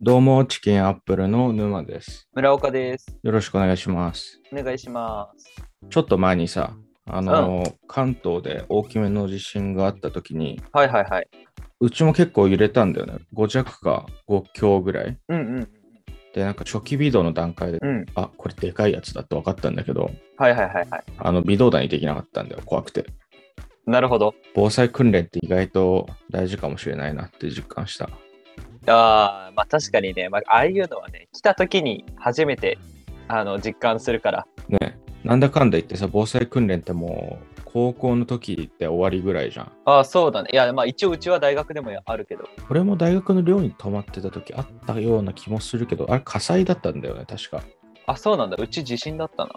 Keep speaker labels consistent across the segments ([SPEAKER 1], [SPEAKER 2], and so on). [SPEAKER 1] どうも、チキンアップルの沼です。
[SPEAKER 2] 村岡です。
[SPEAKER 1] よろしくお願いします。
[SPEAKER 2] お願いします。
[SPEAKER 1] ちょっと前にさ、あの、関東で大きめの地震があった時に、
[SPEAKER 2] はいはいはい。
[SPEAKER 1] うちも結構揺れたんだよね。5弱か5強ぐらい。
[SPEAKER 2] うんうん
[SPEAKER 1] で、なんか初期微動の段階で、
[SPEAKER 2] うん。うん。
[SPEAKER 1] あ、これでかいやつだって分かったんだけど、
[SPEAKER 2] はいはいはいはい。
[SPEAKER 1] あの、微動だにできなかったんだよ、怖くて。
[SPEAKER 2] なるほど。
[SPEAKER 1] 防災訓練って意外と大事かもしれないなって実感した。
[SPEAKER 2] ああ、まあ確かにね、まあ、ああいうのはね、来た時に初めてあの実感するから。
[SPEAKER 1] ね、なんだかんだ言ってさ、防災訓練ってもう、高校の時って終わりぐらいじゃん。
[SPEAKER 2] ああ、そうだね。いや、まあ一応うちは大学でもあるけど。
[SPEAKER 1] これも大学の寮に泊まってた時あったような気もするけど、あれ火災だったんだよね、確か。
[SPEAKER 2] あ、そうなんだ。うち地震だった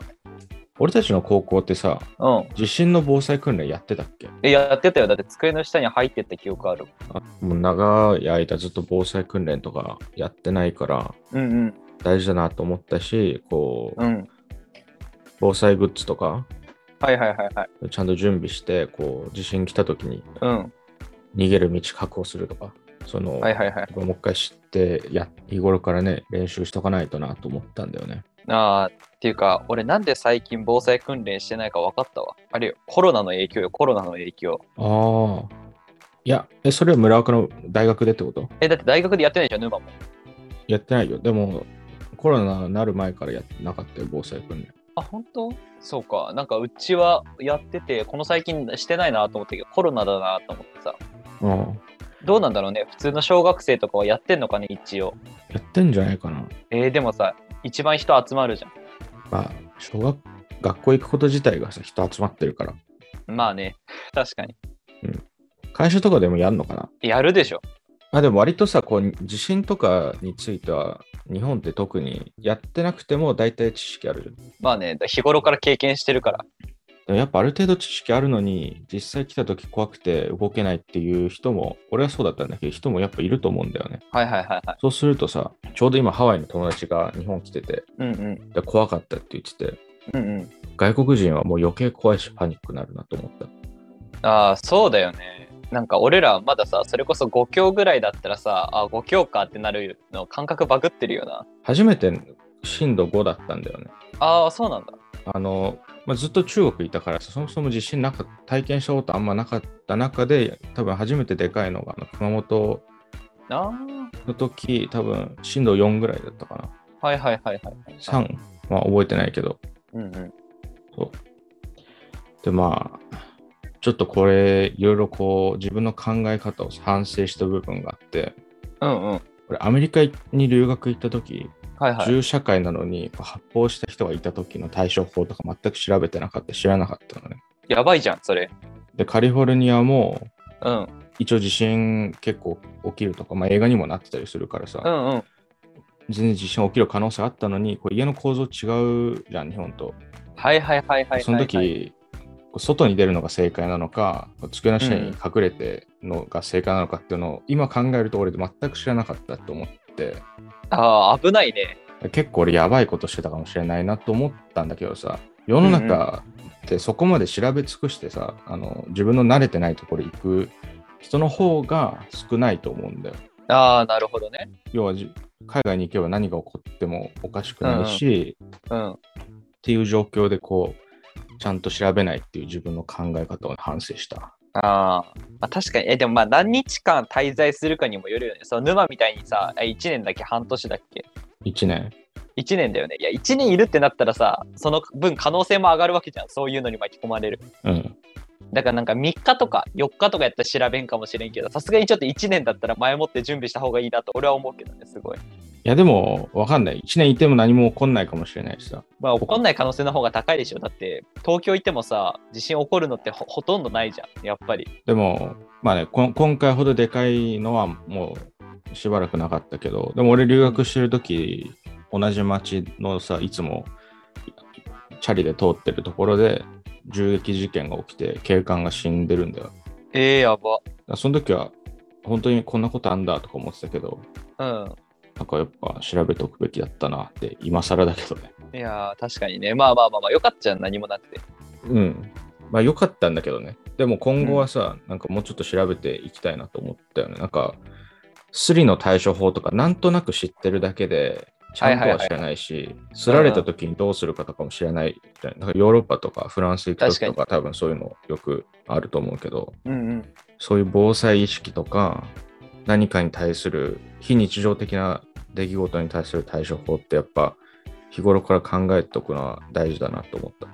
[SPEAKER 1] 俺たちの高校ってさ、
[SPEAKER 2] な。うん。
[SPEAKER 1] 地震の防災訓練やってたっけ
[SPEAKER 2] えやってたよ。だって机の下に入ってった記憶ある。
[SPEAKER 1] あもう長い間ずっと防災訓練とかやってないから
[SPEAKER 2] うんうん
[SPEAKER 1] 大事だなと思ったし、こう、
[SPEAKER 2] うん。
[SPEAKER 1] 防災グッズとか
[SPEAKER 2] はいはいはいはい。
[SPEAKER 1] ちゃんと準備して、こう、地震来た時に
[SPEAKER 2] うん。
[SPEAKER 1] 逃げる道確保するとか、その、
[SPEAKER 2] はいはいはい。
[SPEAKER 1] これもう一回知ってや、日頃からね、練習しとかないとなと思ったんだよね。
[SPEAKER 2] ああ、っていうか、俺なんで最近防災訓練してないか分かったわ。あれよ、コロナの影響よ、コロナの影響。
[SPEAKER 1] ああ。いや、え、それは村岡の大学でってこと
[SPEAKER 2] え、だって大学でやってないじゃん、沼も。
[SPEAKER 1] やってないよ。でも、コロナになる前からやってなかったよ、防災訓練。
[SPEAKER 2] あ、本当そうか。なんかうちはやってて、この最近してないなと思ったけど、コロナだなと思ってさ。
[SPEAKER 1] うん。
[SPEAKER 2] どうなんだろうね。普通の小学生とかはやってんのかね、一応。
[SPEAKER 1] やってんじゃないかな。
[SPEAKER 2] えー、でもさ、一番人集まるじゃん。
[SPEAKER 1] まあ、小学、学校行くこと自体がさ、人集まってるから。
[SPEAKER 2] まあね、確かに。
[SPEAKER 1] 会社とかでもやるのかな
[SPEAKER 2] やるでしょ。
[SPEAKER 1] あ、でも割とさ、こう、地震とかについては、日本って特にやってなくても大体知識あるじゃん。で
[SPEAKER 2] まあね、日頃から経験してるから。
[SPEAKER 1] もやっぱある程度知識あるのに、実際来た時怖くて動けないっていう人も、俺はそうだったんだけど、人もやっぱいると思うんだよね。
[SPEAKER 2] はいはいはいはい。
[SPEAKER 1] そうするとさ、ちょうど今ハワイの友達が日本来てて、
[SPEAKER 2] うんうん。
[SPEAKER 1] で怖かったって言ってて、
[SPEAKER 2] うんうん。
[SPEAKER 1] 外国人はもう余計怖いしパニックになるなと思った。
[SPEAKER 2] ああ、そうだよね。なんか俺らまださ、それこそ5強ぐらいだったらさ、あ5強かってなるの感覚バグってるよな。
[SPEAKER 1] 初めて震度5だったんだよね。
[SPEAKER 2] ああ、そうなんだ。
[SPEAKER 1] あの、まあ、ずっと中国いたから、そもそも地震なか体験したことあんまなかった中で、多分初めてでかいのがあの熊本
[SPEAKER 2] あ
[SPEAKER 1] の時、多分震度4ぐらいだったかな。
[SPEAKER 2] あ、はいはいはいはい。
[SPEAKER 1] 3まあ覚えてないけど。
[SPEAKER 2] うんうん。
[SPEAKER 1] で、まあ、ちょっとこれ、いろいろこう、自分の考え方を反省した部分があって、
[SPEAKER 2] うんうん。
[SPEAKER 1] これアメリカに留学行った時、
[SPEAKER 2] はいはい。
[SPEAKER 1] 銃社会なのにこう発砲した人がいた時の対処法とか全く調べてなかった知らなかったのね
[SPEAKER 2] やばいじゃん、それ。
[SPEAKER 1] でカリフォルニアも
[SPEAKER 2] うん。
[SPEAKER 1] 一応地震結構起きるとか、まあ、映画にもなってたりするからさ、
[SPEAKER 2] うんうん。
[SPEAKER 1] 全然地震起きる可能性あったのにこう家の構造違うじゃん日本と、
[SPEAKER 2] はいはいはいはいはい。
[SPEAKER 1] その時こう外に出るのが正解なのか机の下に隠れてのが正解なのかっていうのを、今考えると俺全く知らなかったと思って
[SPEAKER 2] ああ、危ないね。
[SPEAKER 1] 結構俺やばいことしてたかもしれないなと思ったんだけどさ世の中ってそこまで調べ尽くしてさ、あの自分の慣れてないところ行く人の方が少ないと思うんだよ
[SPEAKER 2] ああ、なるほどね。
[SPEAKER 1] 要はじ海外に行けば何が起こってもおかしくないし、
[SPEAKER 2] うん。
[SPEAKER 1] っていう状況でこうちゃんと調べないっていう自分の考え方を反省した
[SPEAKER 2] あー、まあ、確かに。え、でもまあ何日間滞在するかにもよるよね。その沼みたいにさ、え1年だっけ、半年だっけ。
[SPEAKER 1] 1年
[SPEAKER 2] 1年だよね。いや、1年いるってなったらさ、その分可能性も上がるわけじゃん。そういうのに巻き込まれる。
[SPEAKER 1] うん
[SPEAKER 2] だからなんか3日とか4日とかやったら調べんかもしれんけど、さすがにちょっと1年だったら前もって準備した方がいいなと俺は思うけどね、すごい。
[SPEAKER 1] いやでも分かんない1年いても何も起こんないかもしれないしさ
[SPEAKER 2] まあ、起こんない可能性の方が高いでしょ。だって、東京行ってもさ、地震起こるのってほほとんどないじゃん、やっぱり。
[SPEAKER 1] でも、まあね、こん今回ほどでかいのはもうしばらくなかったけど、でも俺留学してるとき、同じ町のさ、いつもチャリで通ってるところで銃撃事件が起きて警官が死んでるんだよ。だか
[SPEAKER 2] ええやば。
[SPEAKER 1] らその時は本当にこんなことあんだとか思ってたけど、
[SPEAKER 2] うん。
[SPEAKER 1] なんかやっぱ調べておくべきだったなって今更だけどね。
[SPEAKER 2] いやー、確かにね。まあまあまあまあ、よかったじゃん、何もなくて。
[SPEAKER 1] うん。まあ良かったんだけどね。でも今後はさ、なんかもうちょっと調べていきたいなと思ったよね。なんかスリの対処法とかなんとなく知ってるだけで、ちゃんとは知らないし、すられた時にどうするかとかも知らないみたいな。だからヨーロッパとかフランス行く時とか多分そういうのよくあると思うけど、
[SPEAKER 2] うんうん。
[SPEAKER 1] そういう防災意識とか、何かに対する非日常的な出来事に対する対処法ってやっぱ日頃から考えておくのは大事だなと思った。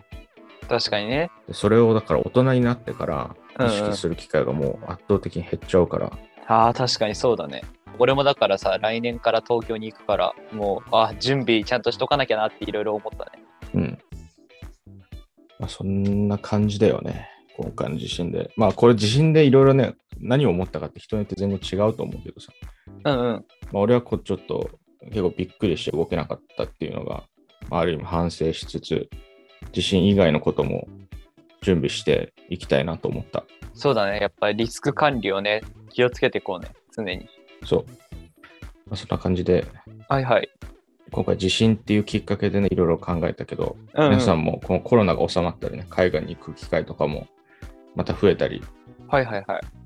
[SPEAKER 2] 確かにね。
[SPEAKER 1] でそれをだから大人になってから
[SPEAKER 2] うんう
[SPEAKER 1] 意
[SPEAKER 2] ん
[SPEAKER 1] 識する機会がもう圧倒的に減っちゃうから、
[SPEAKER 2] ああ、確かにそうだね。俺もだからさ、来年から東京に行くから、もう、あ準備ちゃんとしとかなきゃなっていろいろ思ったね。
[SPEAKER 1] うん。まあ、そんな感じだよね。今回の地震で。まあ、これ地震でいろいろね、何を思ったかって人によって全然違うと思うけどさ。
[SPEAKER 2] うんうん。
[SPEAKER 1] まあ、俺はこうちょっと結構びっくりして動けなかったっていうのが、まあ、ある意味反省しつつ、地震以外のことも準備していきたいなと思った。
[SPEAKER 2] そうだね。やっぱりリスク管理をね、気をつけていこうね。常に。
[SPEAKER 1] そう。まあ、そんな感じで、
[SPEAKER 2] はいはい。
[SPEAKER 1] 今回地震っていうきっかけでね、いろいろ考えたけど、
[SPEAKER 2] うん、うん。
[SPEAKER 1] 皆さんもこのコロナが収まったりね、海外に行く機会とかもまた増えたり、
[SPEAKER 2] はいはいはい。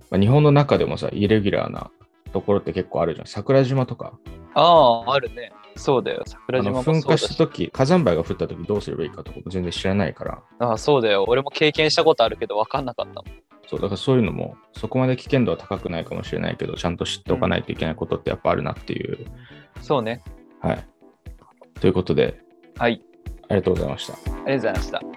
[SPEAKER 1] まあ、日本の中でもさ、イレギュラーなところって結構あるじゃん。桜島とか、
[SPEAKER 2] ああ、あるね。そうだよ。桜
[SPEAKER 1] あ
[SPEAKER 2] 島も
[SPEAKER 1] の
[SPEAKER 2] そう
[SPEAKER 1] 噴
[SPEAKER 2] だ
[SPEAKER 1] 火
[SPEAKER 2] し。
[SPEAKER 1] した時火山灰が降った時どうすればいいかとかも全然知らないから、
[SPEAKER 2] ああ、そうだよ。俺も経験したことあるけど、分かんなかったもん。
[SPEAKER 1] そうだからそういうのも、そこまで危険度は高くないかもしれないけど、ちゃんと知っておかないといけないことってやっぱあるなっていう。
[SPEAKER 2] そうね。
[SPEAKER 1] はい。ということで、
[SPEAKER 2] はい。
[SPEAKER 1] ありがとうございました。
[SPEAKER 2] ありがとうございました。